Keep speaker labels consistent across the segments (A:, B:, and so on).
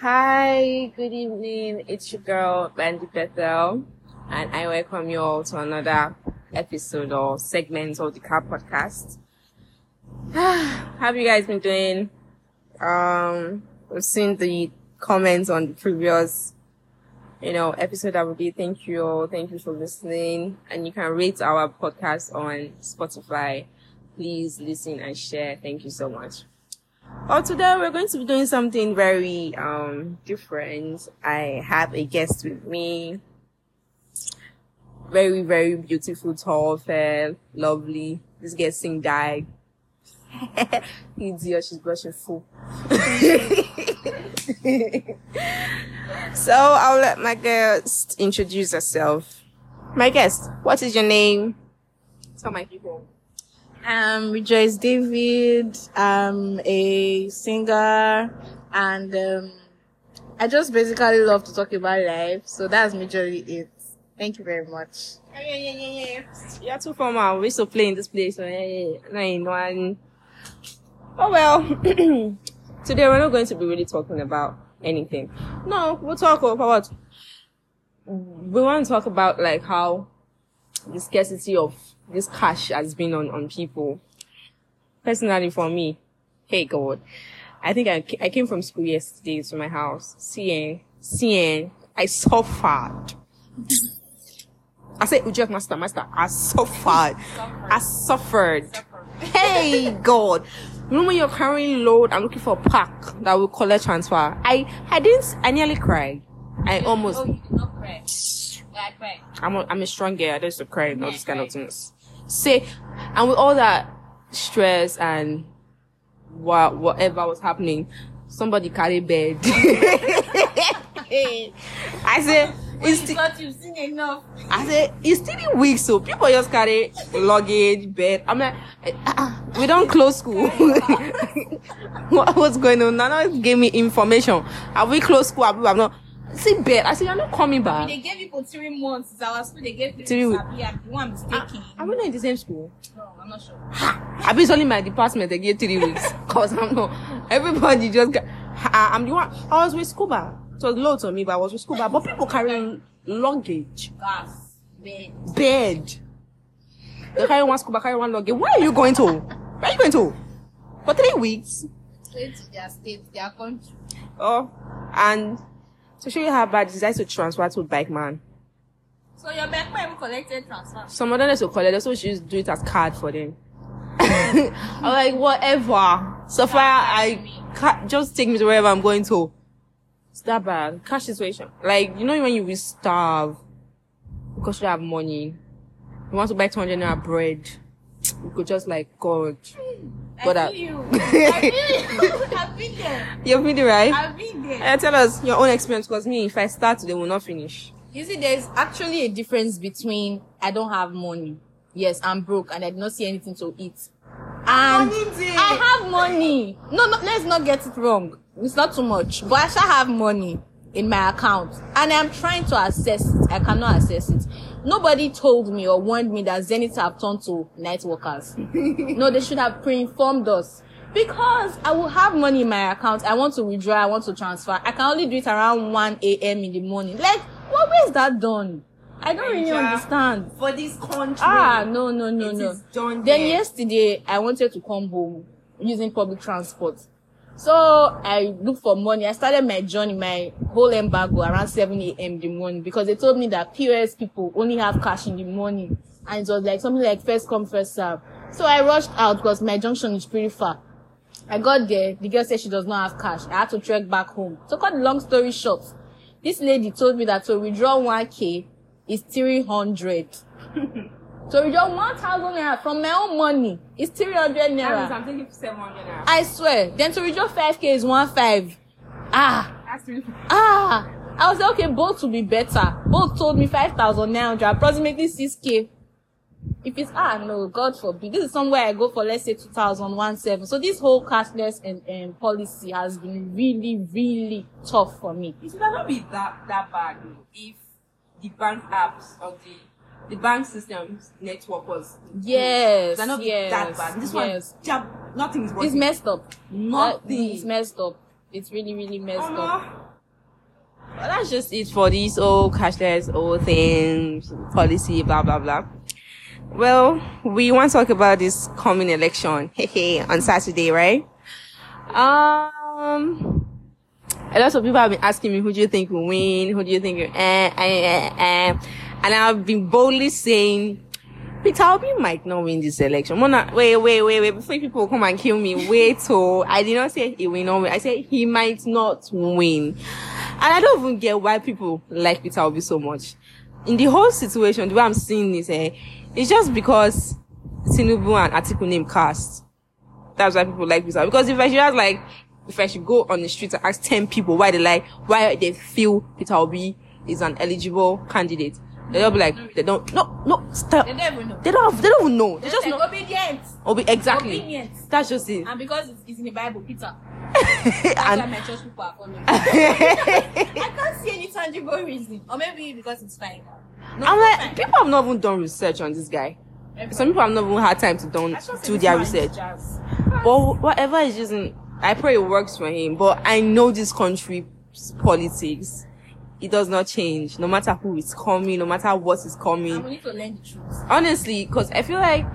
A: Hi, good evening. It's your girl, Bandy Bethel, and I welcome you all to another episode or segment of the Car Podcast. Have you guys been doing? Um, we've seen the comments on the previous, you know, episode that we did. Thank you all. Thank you for listening. And you can rate our podcast on Spotify. Please listen and share. Thank you so much. Well, today we're going to be doing something very um different. I have a guest with me. Very, very beautiful, tall, fair, lovely. This guest sing die. Idiot, she's blushing full. so I'll let my guest introduce herself. My guest, what is your name? Tell my people.
B: Um, Rejoice David. I'm a singer, and um, I just basically love to talk about life. So that's majorly it. Thank you very much.
A: Yeah, yeah, yeah, yeah, yeah. You're too formal. We used to play in this place. So yeah, yeah, yeah. Nine, one. Oh well. Today we're not going to be really talking about anything. No, we'll talk about. We want to talk about like how the scarcity of this cash has been on on people. Personally, for me, hey God, I think I ca- I came from school yesterday to my house. Seeing, seeing, I suffered. I said, Ujek Master, Master, I suffered. I suffered. Hey, God. You know when you're carrying load and looking for a pack that will collect transfer? I, I didn't, I nearly cried. I almost,
C: Oh, you did not cry. Yeah, I cried.
A: I'm a, I'm a strong girl. I just to cry and all
C: Yeah,
A: these kind of
C: right.
A: things. Say, and with all that stress and what, whatever was happening, somebody carried bed. I said,
C: When
A: it's
C: you
A: the-
C: got you've seen enough.
A: I said, it's still the week, so people just carry luggage, bed. I'm like, eh, ah, ah, we don't close school. what was going on? Nana gave me information. Have we closed school? Have we have not? See, bed. I said, you're not coming back.
C: They gave people three months. It's our school. They gave three,
A: Three
C: months. Abi, Abi, one mistaken.
B: Ah,
A: Are we not in the same school?
C: no, I'm not sure.
A: I've been only my department they gave three weeks. Cause I'm not, everybody just, ca- I, I'm the one, I was with scuba. It was low to me, but I was with scuba. But people carrying luggage.
C: Gas, bed.
A: bed. They carry one scuba, carry one luggage. Where are you going to? Where are you going to? For three weeks.
C: Straight to their state, their country.
A: Oh, and to show you how bad, decides to transfer to bike man.
C: So your bank man even collected transfer.
A: Some of them to collect, so she used to do it as card for them. I'm like, whatever. So far, I ca just take me to wherever I'm going to. It's that bad. Cash situation. Like, you know when you will starve because you don't have money. You want to buy 200 naira bread. You could just like, God. But
C: I
A: I-
C: feel you. I feel you. I've been there.
A: You've been there, right?
C: I've been there.
A: Eh, tell us your own experience because me, if I start today, we'll not finish.
B: Um, You see, there's actually a difference between I don't have money. Yes, I'm broke, and I did not see anything to eat. And I have money. No, no, let's not get it wrong. It's not too much, but I shall have money in my account, and I'm trying to access it. I cannot access it. Nobody told me or warned me that Zenith have turned to night workers. no, they should have pre-informed us because I will have money in my account. I want to withdraw. I want to transfer. I can only do it around 1 a.m. in the morning. Like, what way is that done? I don't really
A: Naija.
B: understand.
A: For this country.
B: Ah, no, no, no,
A: It
B: no.
A: is done there.
B: then yesterday, I wanted to come home using public transport. So I looked for money. I started my journey, my whole embargo around 7 a.m. in the morning because they told me that POS people only have cash in the morning. And it was like something like first come, first serve. So I rushed out because my junction is pretty far. I got there. The girl said she does not have cash. I had to trek back home. To cut the long story short, this lady told me that to withdraw 1k is 300. to withdraw 1,000 naira from my own money is 300 naira.
A: I'm thinking 700 naira.
B: I swear. Then to withdraw 5k is 1.5. Ah,
A: That's really
B: ah. I was like, okay, both will be better. Both told me 5,900, approximately 6k. If it's, ah, no, God forbid. This is somewhere I go for, let's say, 2017. So this whole cashless and, and um, policy has been really, really tough for me.
A: It should not be that, that bad though, if the bank apps or the, the bank system's network was.
B: Yes,
A: It should not be
B: yes,
A: that bad. This
B: yes.
A: one, jab, nothing is
B: It's
A: working.
B: messed up. Uh,
A: nothing.
B: It's messed up. It's really, really messed up.
A: Omo, Well, that's just it for this whole cashless whole thing policy, blah blah blah. Well, we want to talk about this coming election on Saturday, right? Um, a lot of people have been asking me, who do you think will win? Who do you think? will- Eh, eh, eh, eh. And I've been boldly saying, Peter Obi might not win this election. Mona, wait, wait, wait, wait. Before people come and kill me, wait till I did not say he will not win. I said he might not win. And I don't even get why people like Peter Obi so much. In the whole situation, the way I'm seeing this, eh, it's just because Tinubu and Atiku name cast. That's why people like Peter Obi. Because if I should ask, like, if I should go on the street and ask 10 people why they like, why they feel Peter Obi is an eligible candidate, they'll be like, they don't, no, no, stop.
B: They don't even know.
A: They don't. Have, they don't even know. They
B: They
A: just
B: said
A: know.
B: obedient.
A: Obi, exactly.
B: Obedience.
A: That's just it.
B: And because it's, it's in the Bible, Peter. That's why
A: and
B: my church people are following. I can't see any tangible reason. Or maybe because it's fine. No,
A: I'm
B: it's
A: like,
B: fine.
A: people have not even done research on this guy.
B: Everybody-
A: Some people have not even had time to done
B: I trust
A: do
B: this
A: their
B: man is
A: research.
B: jazz.
A: But whatever is using, I pray it works for him. But I know this country's politics. It does not change, no matter who is coming, no matter what is
B: And
A: coming.
B: we need to learn the truth.
A: Honestly, because I feel like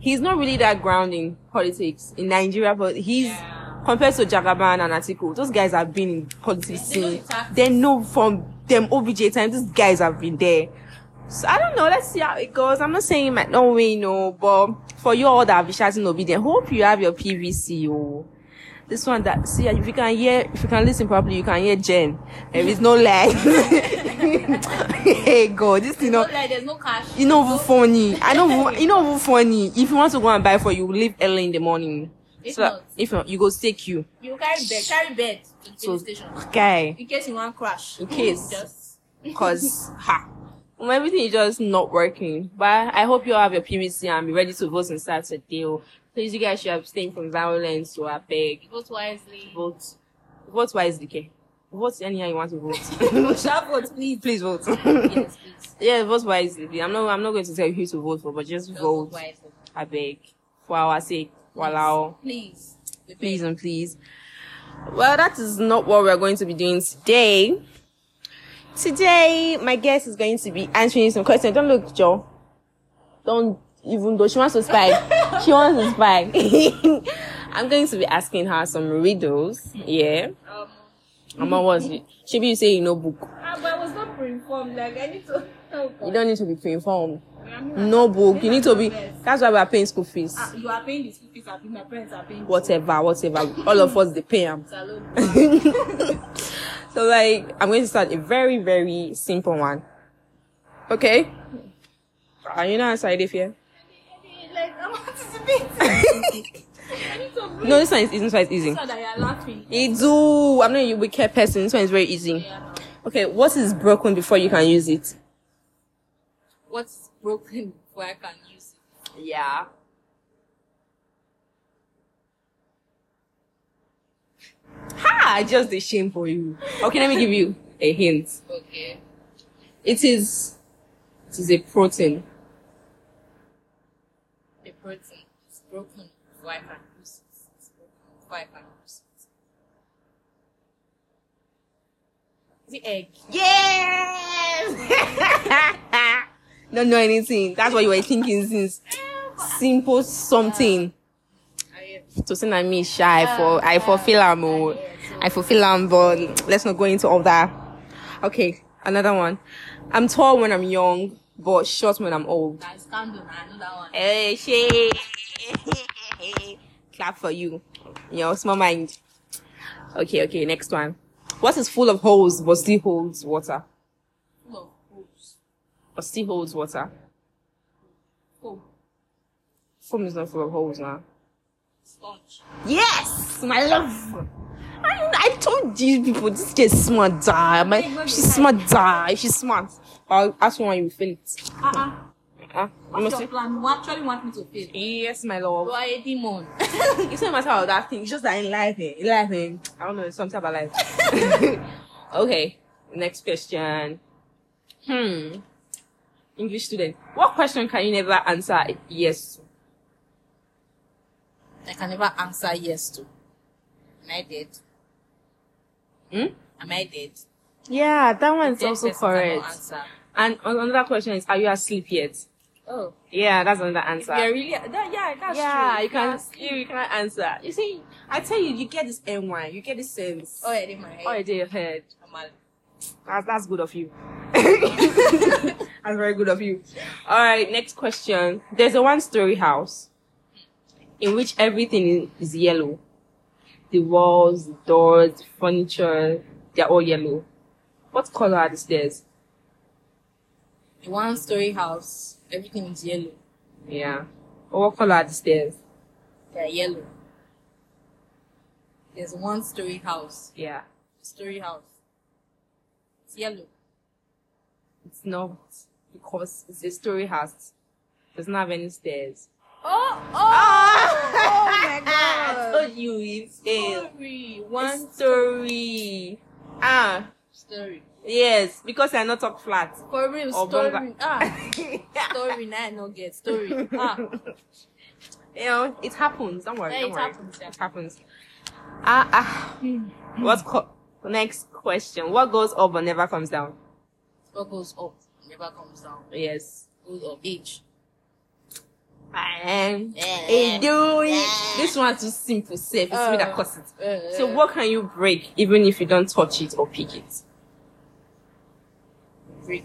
A: he's not really that ground in politics in Nigeria. But he's
B: Yeah.
A: compared to Jagaban and Atiku, those guys have been in politics
B: They know the
A: scene.
B: tactics.
A: They know from them OBJ time. These guys have been there. So I don't know. Let's see how it goes. I'm not saying it might not win, no, but for you all that have been shouting obedient, hope you have your PVC. Oh, this one that see if you can hear, if you can listen properly, you can hear Jen. There is no lie. hey God, this you know.
B: Not like there's no cash.
A: You know, funny. I know, you know, funny. If you want to go and buy for you, leave early in the morning.
B: If
A: so that-
B: not.
A: if not, you go take you.
B: You carry bed, carry bed to the
A: So,
B: police station.
A: guy,
B: In case you want crash.
A: In case.
B: Just.
A: cause ha, well, everything is just not working. But I hope you all have your PVC and be ready to vote on Saturday. oh. Please, you guys should abstain from violence. So I beg,
B: Vote wisely.
A: vote, vote wisely. Okay, vote anyhow you want to
B: We
A: vote.
B: shall vote, please.
A: Please vote.
B: Yes, please.
A: yeah, vote wisely. I'm not, I'm not going to tell you who to vote for, but just
B: Just
A: vote.
B: wisely.
A: I beg, for our sake. Walao.
B: Please. We
A: please
B: beg.
A: and please. Well, that is not what we're going to be doing today. Today, my guest is going to be answering some questions. Don't look, Joe. Don't even though she wants to spy, she wants to spy. I'm going to be asking her some riddles. Yeah,
B: Um,
A: I'm was it? She be say you know book.
B: ah, but I was not pre-informed. Like, I need to. Oh, God.
A: You don't need to be pre-informed.
B: I mean,
A: No book. You need to be. That's why we are paying school fees.
B: ah, you are paying the school fees. I think my parents are paying.
A: Whatever, whatever. All of us they pay 'em.
B: Salon.
A: so like I'm going to start a very very simple one. Okay. Are you not excited if you?
B: like I'm anticipating. I need to breathe.
A: No, this one is this one is easy.
B: so that you are laughing.
A: It do. I'm not a wicked person. This one is very easy.
B: Yeah.
A: Okay, what is broken before you can use it?
B: What's broken before I can use it?
A: Yeah. Ha! Just the shame for you. Okay, let me give you a hint.
B: Okay.
A: It is. It is a protein.
B: The protein is broken before I can use it. It's broken before I can use it. Is it egg?
A: Yes! Don't know anything. That's what you were thinking since. Simple something.
B: I
A: To say that me is shy for I fulfill am oh. I fulfill am but let's not go into all that. Okay, another one. I'm tall when I'm young, but short when I'm old.
B: That's scandal. I know that one.
A: Hey, she. Clap for you. Your small mind. Okay, okay, next one. What is full of holes but still holds water?
B: Full of holes.
A: But still holds water.
B: Oh,
A: Foam is not full of holes now.
B: sponge.
A: Yes, my love. I, I told you people this girl is smart, die. My, she's smart, die. She's smart. I'll ask you when you feel it.
B: Ah ah.
A: Ah, you
B: What's
A: must
B: your plan? You actually want me to fail?
A: Yes, my
B: You
A: love.
B: are a demon.
A: It's not a matter of that thing. It's just that in life, eh, in life, eh, I don't know. It's something about life. okay, next question. Hmm. English student, what question can you never answer yes to?
B: I can never answer yes to. Am I dead?
A: Hmm?
B: Am I dead?
A: Yeah, that one's
C: Dead
A: also
C: person cannot
A: correct.
C: answer.
A: And an- another question is, are you asleep yet?
C: Oh,
A: Yeah, that's another
C: if you're
A: answer.
C: really that, yeah, that's
A: Yeah,
C: true.
A: you can
C: That's-
A: you, you can answer. You see, I tell you, you get this NY, you get this sense.
C: Oh, yeah, in my head.
A: Oh, you did your head.
C: I'm out.
A: That's, that's good of you. that's very good of you. All right, next question. There's a one story house in which everything i- is yellow. The walls, the doors, the furniture, they're all yellow. What color are the stairs?
B: One story house, everything is yellow.
A: Yeah. Or what color are the stairs?
B: They're yellow. There's one story house.
A: Yeah.
B: Story house. It's yellow.
A: It's not because it's a story house. Doesn't have any stairs.
C: Oh,
B: Ah!
C: oh, oh my
A: I
C: god.
A: told you it's a
C: Sorry.
A: one story. Ah,
B: Story.
A: yes, because I not talk flat.
B: For real,
C: Oh,
A: Or
B: story.
A: bunga.
B: Ah,
A: you
B: story. Now I no get story. Ah,
A: know, it happens. Don't worry.
C: Yeah,
A: don't
C: it
A: worry.
C: happens, yeah.
A: It happens. Ah, ah. What? Co- next question. What goes up but never comes down?
B: what goes up never comes down.
A: Yes.
B: Goes up. Age.
A: And
B: Yeah.
A: it do it. This one's too simple, safe. It's me that
B: Oh.
A: caused it.
B: Uh,
A: So what can you break even if you don't touch it or pick it?
B: break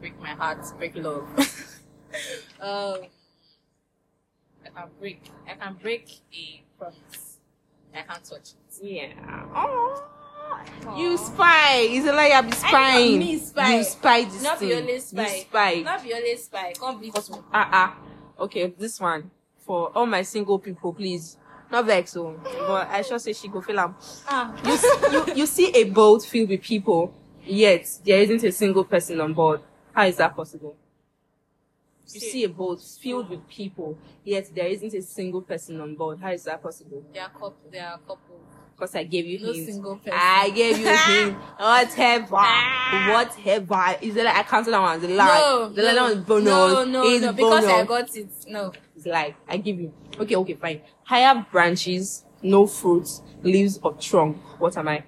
B: break my heart, break love. um, I can break. I can break a promise. I can't touch it.
A: Yeah. Oh.
C: Aw.
A: You spy. It's a lie. I be spying.
C: me spy.
A: You spy this
C: Not
A: thing.
C: be only spy.
A: You spy.
C: Not be only spy. Come be
A: Because-
C: too.
A: ah ah. Okay, this one for all my single people, please. Not vex so, but I should say she go feel am.
C: Ah.
A: You, s- you you see a boat filled with people, yet there isn't a single person on board. How is that possible? You
C: See-
A: see a boat filled with people, yet there isn't a single person on board. How is that possible?
B: They are couple. They are couple.
A: Because I gave you
B: No
A: hints.
B: single person. Ah.
A: I gave you him. Whatever. Whatever. Is it like I cancel that one? The lie. the lie that one's bonus.
B: No, no,
A: it's
B: no, because
A: bonus.
B: I got it. No,
A: It's like I give you. Okay, okay, fine. Higher branches, no fruits, leaves or trunk. What am I?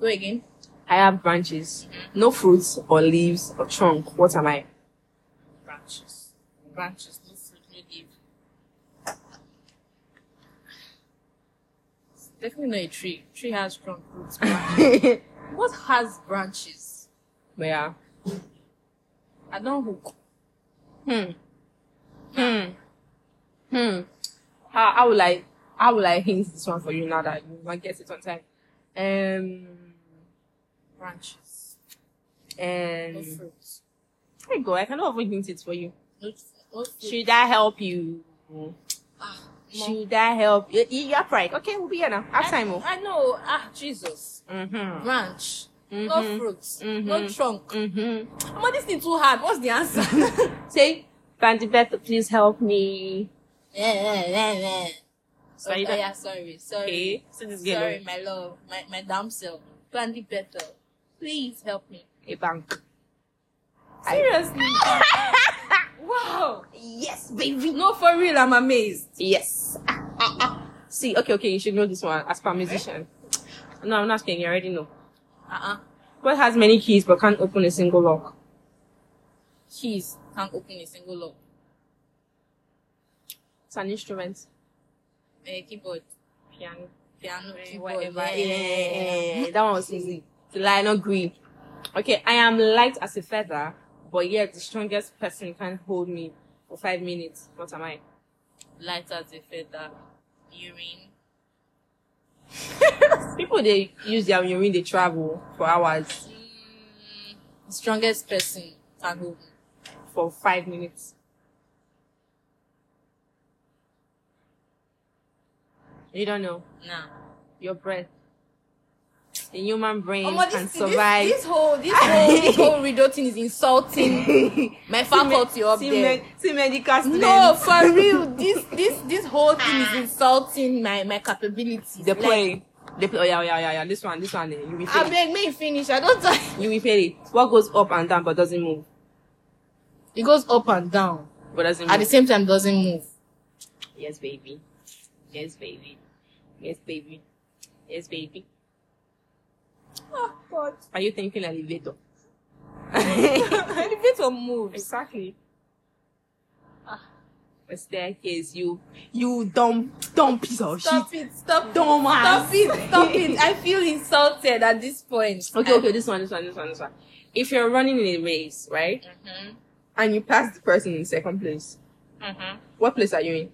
B: go again.
A: Higher branches, no fruits or leaves or trunk. What am I?
B: Branches, branches. No fruit, no leaf. It's Definitely not a tree. Tree has strong roots.
A: but
B: what has branches?
A: yeah.
B: I don't hook.
A: Hmm. Hmm. Hmm. How, how will I how will I hint this one for you now that you might get it on time? Um
B: Branches. No
A: and
B: fruits.
A: there you go, I cannot even hint it for you.
B: No, no fruit.
A: Should I help you?
B: Ah, no.
A: Should I help you? You you are right. Okay, we'll be here now. Have time. oh.
B: I, I know. Ah, Jesus. Ah.
A: Mm-hmm.
B: Branch.
A: Mhm.
B: No fruits. No
A: Mhm.
B: trunk.
A: Mm-hmm.
B: Mama, this thing too hard. What's the answer?
A: Say, Brandy Beth, please help me.
B: yeah, yeah, yeah, yeah.
A: So you
B: eh, oh,
A: don't-
B: yeah, sorry, sorry.
A: Okay. So this girl-
B: sorry, my love, my, my damn self. Brandy better. Please help me.
A: A bank.
B: Seriously. wow.
A: Yes, baby.
B: No, for real, I'm amazed.
A: Yes. Ah, ah, ah. See, okay, okay, you should know this one as per musician. No, I'm not kidding, you already know.
B: Uh-uh.
A: What has many keys but can't open a single lock?
B: Keys can't open a single lock.
A: It's an instrument.
B: Eh, keyboard,
A: Piano.
B: piano, keyboard,
A: Whatever.
B: Eh, yeah, yeah, yeah, yeah.
A: Yeah, that one was easy. The Lionel Green. Okay, I am light as a feather, but yet the strongest person can hold me for five minutes. What am I?
B: Light as a feather, urine.
A: People they use their urine, they travel for hours,
B: Mm, the strongest person can hold me.
A: for five minutes. You don't know.
B: Nah.
A: your breath. The human brain
B: Omo,
A: can
B: this,
A: survive.
B: This, this whole, this whole, this whole riddle thing is insulting my faculty up
A: see,
B: there.
A: me- see medical students.
B: No, for real, this, this, this whole thing is insulting my my capabilities.
A: They play. They play. Oh yeah, oh, yeah, yeah, yeah. This one, this one. eh, You will
B: I
A: fail. it.
B: beg, may finish. I don't. T-
A: You will fail it. What goes up and down but doesn't move?
B: it goes up and down.
A: But doesn't
B: At the
A: move.
B: same time, doesn't move.
A: Yes, baby. Yes, baby. Yes, baby. Yes, baby.
C: God.
A: Are you thinking elevator?
B: Elevator moves.
A: exactly. A staircase, you
B: You dumb, dumb piece of
C: Stop it, stop it.
B: Dumbass.
C: Stop it, stop it. I feel insulted at this point.
A: Okay, okay, this one, this one, this one, this one. If you're running in a race, right?
C: Mm-hmm.
A: And you pass the person in second place,
C: Mm-hmm.
A: what place are you in?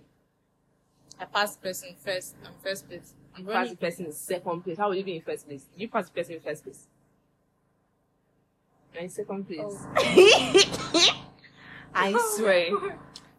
B: I passed person first. I'm first place. I'm
A: Pass the
B: running.
A: person in second place. How will you be in first place? You pass the person in first place. You're in second place.
B: Oh.
A: I swear.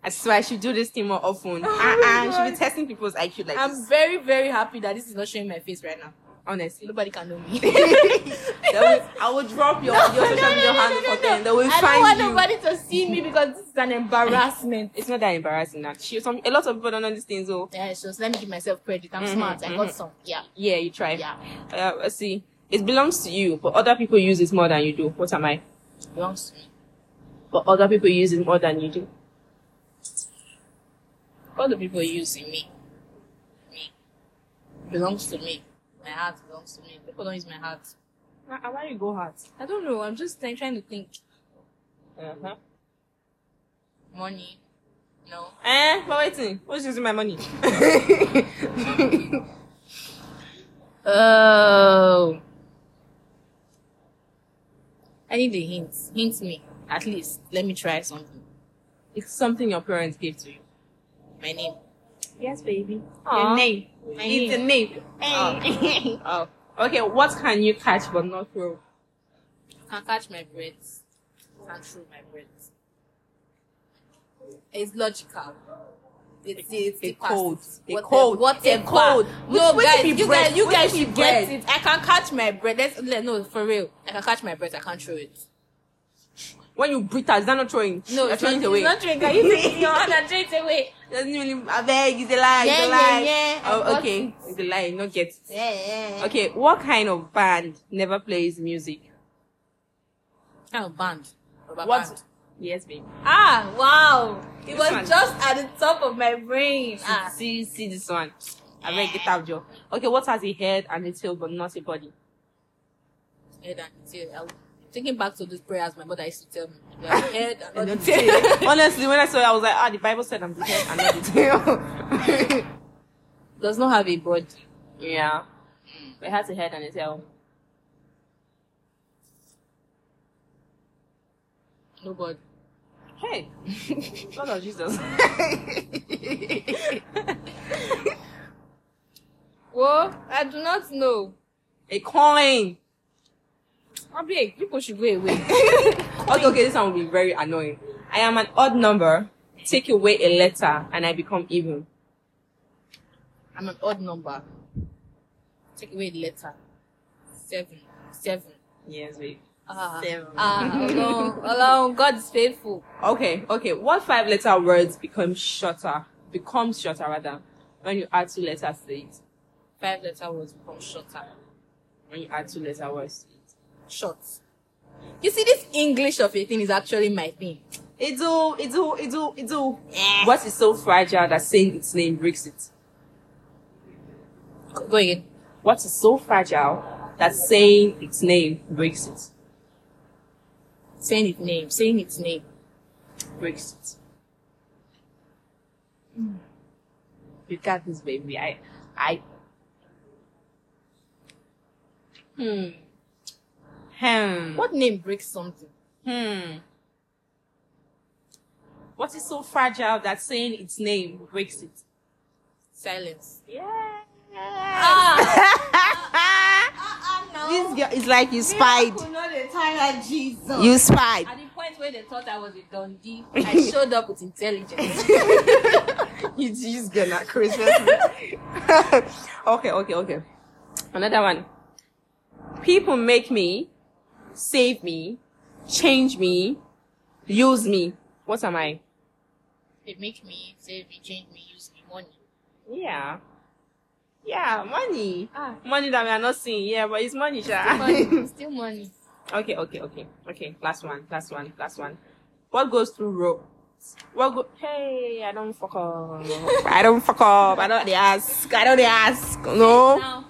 A: I swear I should do this thing more often.
C: my
A: I, I should be testing people's IQ like
B: Oh I'm
A: this.
B: very, very happy that this is not showing my face right now.
A: Honestly.
B: Nobody can know me.
A: That will- I will drop your, your social media handle for them. They will
B: I don't
A: find
B: want
A: you.
B: nobody to see me because this is an embarrassment.
A: It's not that embarrassing now. She, some, a lot of people don't know these things, though.
B: yeah, it's just let me give myself credit. I'm
A: Mhm,
B: smart. I got
A: mhm.
B: some. Yeah,
A: Yeah, you try.
B: yeah.
A: Uh, let's see. It belongs to you, but other people use it more than you do. What am I?
B: Belongs to me.
A: But other people use it more than you do.
B: All the people using me. Me. Belongs to me. My heart belongs to me. People don't use my heart.
A: Why you go hard?
B: I don't know. I'm just like, trying to think.
A: Uh-huh.
B: Money. No.
A: Eh, but waiting. Who's using my money?
B: Oh. I need a hint. Hint me. At least. Let me try something.
A: it's something your parents gave to you.
B: My name.
A: Yes, baby.
B: Aw.
A: Your name.
B: My
A: It's a name.
B: Hey.
A: Oh. Okay, what can you catch but not throw?
B: Can catch my breath. Can throw my breath. It's logical. It's, it's
A: A
B: the past.
A: code. A
B: Whatever-
A: code. A
B: Whatever.
A: code.
B: No,
A: Which-
B: guys,
A: which be
B: you
A: bread?
B: guys, you
A: Which
B: guys
A: be
B: should
A: bread?
B: get it. I can catch my breath. Let's, let, no, for real. I can catch my breath. I can't throw it.
A: When you breathe out, is that not throwing?
B: No,
A: You're
B: it's
A: throwing
B: not,
A: it away.
B: it's not drink. Are you taking your hand and throw it away?
A: Doesn't really, I beg, it's a lie,
B: Yeah,
A: it's a
B: yeah,
A: lie.
B: yeah, I
A: Oh,
B: got
A: okay,
B: it.
A: it's a lie, not get it.
B: Yeah, yeah. yeah.
A: Okay, what kind of band never plays music?
B: Kind of band. Rubber
A: What-
B: band.
A: Yes, baby.
B: Ah, wow. It
A: This
B: was
A: one.
B: just at the top of my brain. Ah.
A: See, see this one. I read get out, Joe. Okay, what has a head and a tail but not a body?
B: Head and tail. I was thinking back to those prayers my mother used to tell me. You have a head and not a tail.
A: Honestly, when I saw it, I was like, ah, the Bible said I'm the head and not the tail.
B: Does not have a body.
A: yeah. It has a head and a tail.
B: No body.
A: Hey, Lord of Jesus.
B: Well, I do not know.
A: a coin.
B: I beg, people should go away.
A: Okay, okay, this one will be very annoying. I am an odd number. Take away a letter and I become even.
B: I'm an odd number. Take away the letter. Seven. Seven.
A: Yes, wait.
B: Ah,
A: Seven.
B: ah, alone, alone. God is faithful.
A: Okay, okay. What five letter words become shorter? Becomes shorter rather when you add two letters to it.
B: Five letter words become shorter.
A: When you add two letter words to
B: Short. You see, this English of a thing is actually my thing.
A: it. It's all, it's all, it's all, it's all. Eh. What is so fragile that saying its name breaks it?
B: Go again.
A: What is so fragile that saying its name breaks it?
B: Saying its name. Saying its name.
A: breaks it. Hmm. You got this, baby. I, I. Hmm. Hmm.
B: What name breaks something?
A: Hmm. What is so fragile that saying its name breaks it?
B: Silence.
A: Yeah.
C: Ah, uh,
A: this girl is like you spied.
C: not a tyrant, Jesus.
A: You spied.
B: At the point where they thought I was a Dundee, I showed up with intelligence.
A: you just gonna Christmas. okay, okay, okay. Another one. People make me, save me, change me, use me. What am I?
B: they make me, save me, change me, use me, money.
A: Yeah. Yeah, money.
B: Ah.
A: Money that we are not seeing. Yeah, but it's money,
B: money.
A: sha.
B: Still money.
A: okay, okay, okay. Okay, last one, last one, last one. What goes through rope? What go- hey, I don't fuck up. I don't fuck up. I don't they ask. I don't they ask. No.
B: Now,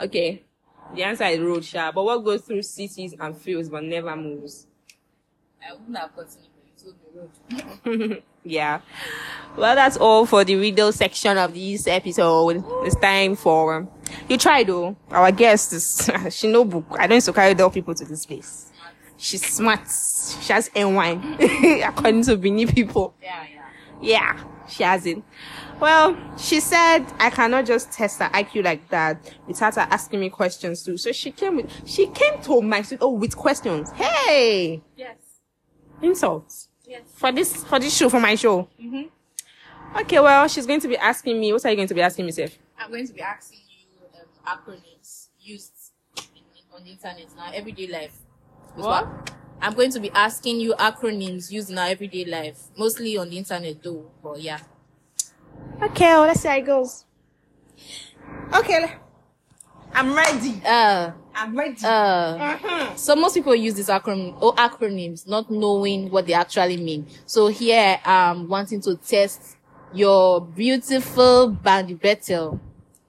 A: Okay. The answer is road, sha. But what goes through cities and fields but never moves?
C: I wouldn't have continued, but you told me road.
A: yeah. Well, that's all for the riddle section of this episode. It's time for you try though. Our guest is Shinobu. I don't used to carry dull people to this place. She's smart. She has N1, according to Bini people.
C: Yeah, yeah.
A: Yeah, she has it. Well, she said I cannot just test her IQ like that without her asking me questions too. So she came with she came to my studio oh, with questions. Hey,
C: Yes.
A: insults
C: Yes.
A: for this for this show for my show. Mm-hmm. Okay, well she's going to be asking me. What are you going to be asking me, Seth?
C: I'm going to be asking you um, acronyms used in, on the internet now, everyday life.
A: What?
C: I'm going to be asking you acronyms used in our everyday life, mostly on the internet though. But yeah.
A: Okay, well, let's see how it goes. Okay, le- I'm ready.
B: Uh,
A: I'm ready.
B: uh.
A: Uh-huh.
B: So most people use these acronym
C: oh,
B: or acronyms not knowing what they actually mean. So here I'm wanting to test your beautiful Bandy Bethel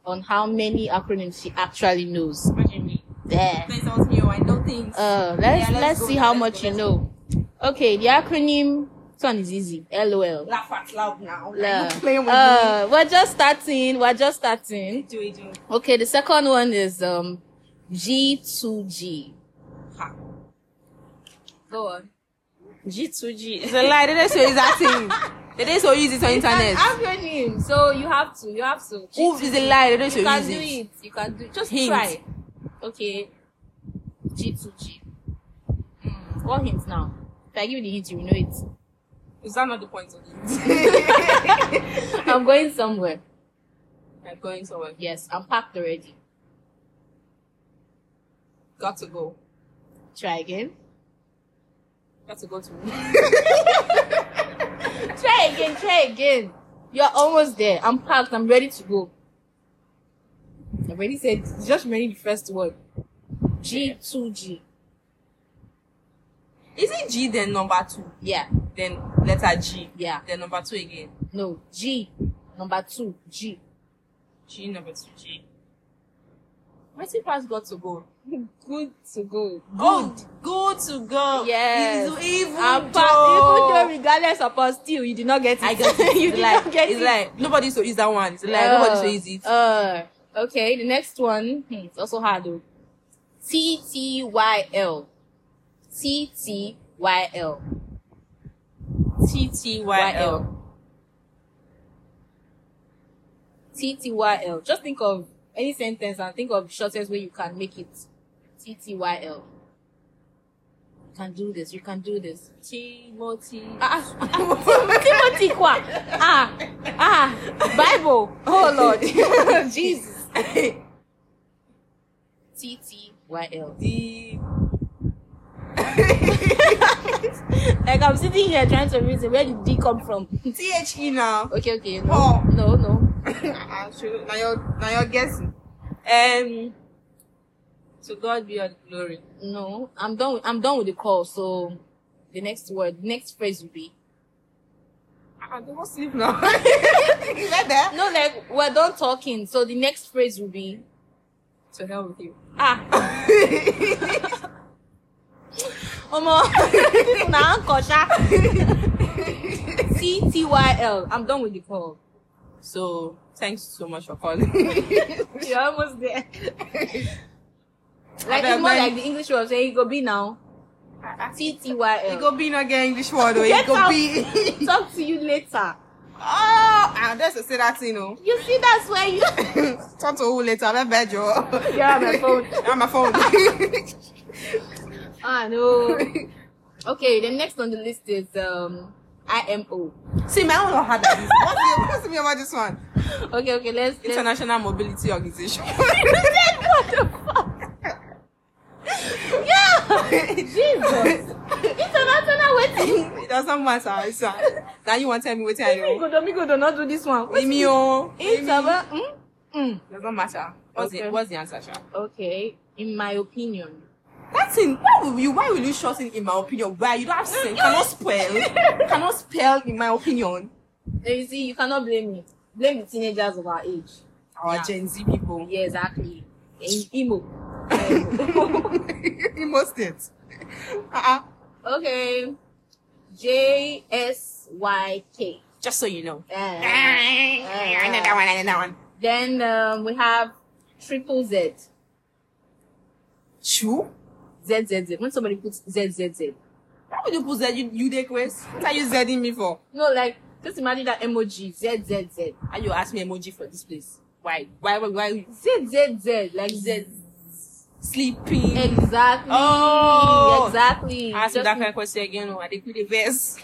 B: on how many acronyms she actually knows.
A: What do you mean?
B: There.
A: Don't insult me, oh, I know things.
B: Uh, let's
A: Yeah, let's
B: let's
A: go,
B: see how
A: let's
B: much
A: go,
B: you
A: let's
B: know. Okay, the acronym this one is easy. LOL.
A: Laugh out loud now.
B: La.
A: Like, you playing with
B: Uh, we're just starting. We're
A: me.
B: just starting.
A: Do it, do it.
B: Okay, the second one is um G2G.
A: Ha.
C: Go on.
A: G2G. It's a lie. They didn't show you that thing. They didn't show use it on internet.
B: acronym, so you have to, you have to.
A: Ooh, it's a lie. They didn't
B: You
A: show use
B: can do
A: it.
B: it. You can do it. Just
A: Hint.
B: try. Okay. G two G. Mm. What hint now? If I give you the hint, you will know it.
A: Is that not the point of it?
B: I'm going somewhere.
A: I'm going somewhere.
B: Yes, I'm packed already.
A: Got to go.
B: Try again.
A: Got to go to
B: Try again. Try again. You're almost there. I'm packed. I'm ready to go. I already said. Just remember the first word. G two G.
A: Is it G then number two?
B: Yeah.
A: Then letter G.
B: Yeah.
A: Then number two again.
B: No. G. Number two. G.
A: G number two G. Where's it pass got to go?
B: Good to go.
A: Oh, good to go.
B: Yes.
A: It's evil.
B: And pa-
A: though.
B: even though regardless upon still you did not get it.
A: I got it.
B: you
A: It's
B: did
A: like,
B: not get
A: it's
B: it.
A: like nobody used to use that one. It's like
B: Uh,
A: nobody used to use it.
B: Uh, okay, the next one hmm, it's also hard though. T T Y L. T T Y L.
A: T T Y L.
B: T T Y L. Just think of any sentence and think of the shortest way you can make it. T T Y L. You can do this. You can do this.
A: Timothy.
B: Ah, ah, ah, Timothy kwa. Ah, ah, Bible. Oh Lord, Jesus. T T Y L.
A: D.
B: Like I'm sitting here trying to reason where did D come from? Oh.
A: T H E now.
B: Okay, okay,
A: Paul.
B: no, no, no.
A: now you're now you're guessing. Um. To God be all the glory.
B: No, I'm done. With, I'm done with the call. So, the next word, next phrase will be
A: Ah, I don't sleep now. Is that there?
B: no. Like we're done talking. So the next phrase will be
A: To hell with you.
B: ah. Omo, this na anchor sha. T T Y L. I'm done with the call.
A: so thanks so much for calling.
B: You're almost there.
A: I
B: Like
A: beg,
B: it's more
A: man.
B: like the English word saying go be now. T T Y
A: You
B: L.
A: go be not get English word or you
B: Get
A: go
B: out.
A: be.
B: Talk to you later.
A: oh, I'm just to say that you know.
B: You see, that's where you.
A: Talk to who later. I'm bad, yo.
B: Yeah, my phone.
A: Yeah, my phone.
B: Ah no. Okay, the next on the list is um IMO.
A: See, my own don't have that. What's your- What's me about this one?
B: Okay, okay, let's. let's
A: International Mobility Organization.
B: yeah, Jesus. International wedding.
A: it doesn't matter. It's a, now you want to tell me what I know.
B: Migo, Migo, do not do this one.
A: Leave me oh. Leave me.
B: Interna- mm? Mm.
A: Doesn't matter. What's
B: Okay.
A: the What's the answer, Sha?
B: Okay, in my opinion.
A: That's in. Why will you? Why will you shorten? In my opinion, why you don't have sense? Cannot spell. cannot spell. In my opinion,
B: Eh, You see, you cannot blame me. Blame the teenagers of our age.
A: our
B: Yeah.
A: Gen Z people.
B: Yeah, exactly. In Imo.
D: Imo State. Uh-uh.
B: Okay. J S Y K.
A: Just so you know.
D: Ah.
B: Uh,
D: I know that one, I know that one.
B: then um, we have triple Z.
D: Chu?
B: Z Z Z. When somebody puts Z Z Z.
D: Why would you put Z you, you there, Quest? What are you Zing me for?
B: No, like just imagine that emoji. Z Z Z.
D: And you ask me emoji for this place. Why? Why? Why? why?
B: Z Z Z. Like Z.
D: Sleeping.
B: Exactly.
D: Oh.
B: Mm-hmm. Exactly.
A: Ask me
B: Just-
A: that kind of question again. oh, I did the best.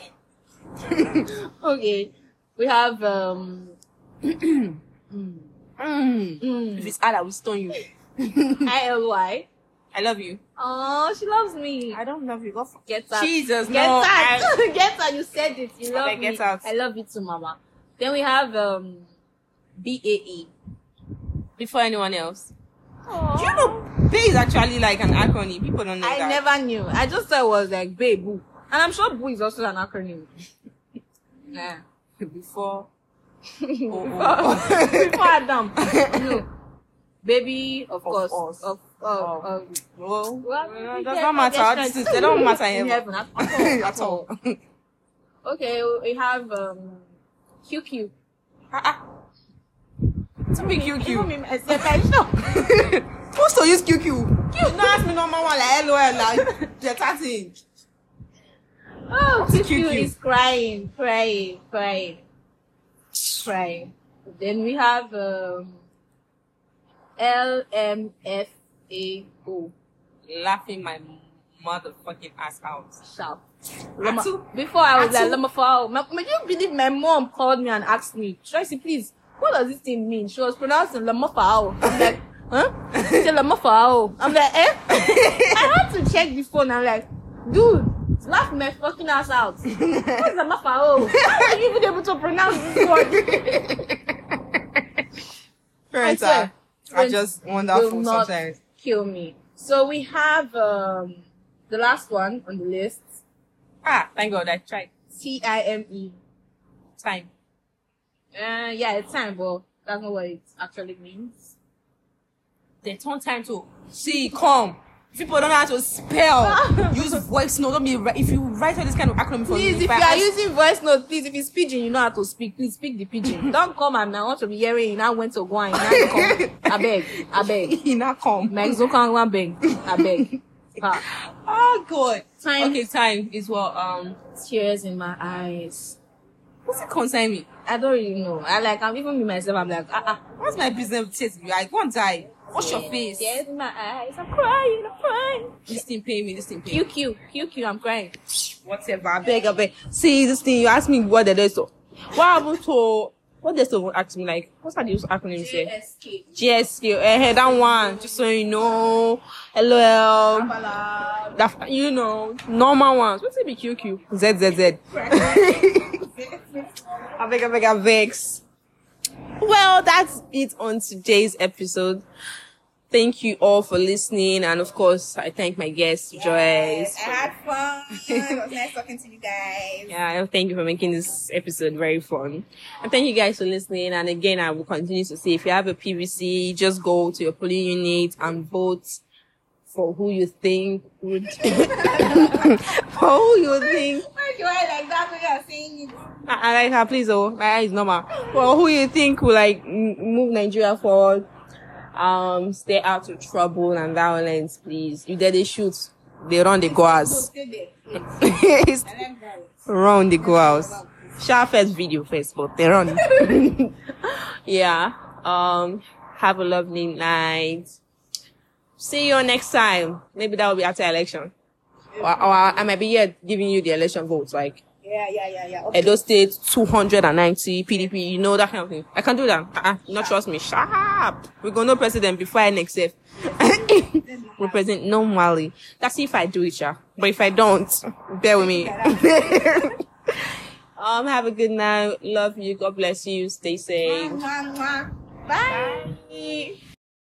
B: okay. We have um. mm,
D: Mm. If
B: mm,
D: it's Allah, I will stone you.
B: I L Y.
D: I love you.
B: Oh, she loves me.
D: I don't love you. Go for
B: Get that.
D: Jesus,
B: Get
D: no.
B: out!
D: I-
B: get out! You said it. You love
D: Okay, get
B: me.
D: out.
B: I love you too, Mama. Then we have um, B A E.
A: Before anyone else.
D: Do you know Bay is actually like an acronym? People don't know
B: I
D: that.
B: never knew. I just thought it was like Bae Boo, and I'm sure Boo is also an acronym. nah.
D: Before.
B: before,
D: oh.
B: before Adam, no. Baby, of,
D: Of
B: course,
D: us.
B: of of,
D: Of-
B: of
D: Well,
B: Well,
D: well,
B: we
D: does
B: get
D: not Uh, matter.
B: suggestions.
D: This is, they don't matter ever.
B: in heaven at all.
D: At all.
B: Okay, we have um, QQ.
D: Ah, To be QQ.
B: me myself, I know.
D: Who's to use QQ? QQ. No, ask me normal one like LOL like the thing.
B: Oh,
D: What's
B: Q
D: QQ?
B: is crying, crying, crying, crying. Then we have um, L M F A O
A: Laughing my motherfucking ass out.
B: sharp.
D: Atu.
B: Lama- Before I was
D: Atu.
B: like, Lama Fao. Ma- ma- you believe my mom called me and asked me, Tracy, please, what does this thing mean? She was pronouncing Lama Fao. I'm like, huh? She said Lama Fao. I'm like, eh? I had to check the phone. I'm like, dude, laugh my fucking ass out. What's Lama Fao? oh? How are you even able to pronounce this word?
D: Parents
B: I swear,
D: uh, are, are
B: friends
D: just
B: will
D: wonderful
B: not-
D: sometimes.
B: Kill me. So we have um, the last one on the list,
A: Ah, thank God I tried.
B: T I M E.
A: Time.
B: Uh, yeah, it's time, but that's not what it actually means.
A: They turn time to
D: See, come. People don't know how to spell. Use voice note. Don't be ri- if you write all this kind of acronym for
B: Please,
D: me.
B: if you are using voice note, please, if it's pidgin, you know how to speak. Please speak the pidgin. Don't come and I want to be hearing you now went to go and now you come. I beg, I beg.
D: you not come.
B: Mike Zokan one beg, I beg. Ha.
D: Oh God.
B: Time
A: Okay, time is what um
B: tears in my eyes.
D: What's it concern me?
B: I don't really know. I like, I'm even me myself, I'm like, ah, ah.
D: What's my business with it? You like one die. Wash your face.
B: Tears in my eyes, I'm crying, I'm crying.
D: This thing pay me. This thing pay. me.
B: QQ, QQ, I'm crying.
D: Whatever. I beg.
A: beg I beg. See this thing you ask me what they do so what happened to what they still ask me like what's that use acronym say?
B: JSK.
A: GSQ, eh, that one, just so you know. LOL,
D: Abala.
A: that, you know, normal ones. What's it be QQ? ZZZ. I beg, I beg, I vex. Well, that's it on today's episode. Thank you all for listening, and of course, I thank my guest, Joyce.
D: I had fun. It was nice talking to you guys.
A: Yeah, I thank you for making this episode very fun. And thank you guys for listening. And again, I will continue to say if you have a PVC, just go to your poly unit and vote for who you think would for who you think
C: Why do I like that when you're saying it?
A: I, I like her, please. Oh, my eye is normal. Well, who you think will like m- move Nigeria forward? Um, stay out of trouble and violence, please. If they, they shoot, they run the goas.
C: Still there. Thank God.
A: run the goals. Shall first video first, but they run. yeah. Um, have a lovely night. See you next time. Maybe that will be after election. Or, or I might be here giving you the election votes, like
C: Yeah, yeah, yeah, yeah. Okay.
A: Edo State 290, PDP, you know, that kind of thing. I can't do that. Uh-uh, not trust me. Shut up. We're going to president before I next year. Represent normally. That's if I do it, yeah. But if I don't, bear with me. um, have a good night. Love you. God bless you. Stay safe.
C: Mwah, mwah, mwah. Bye.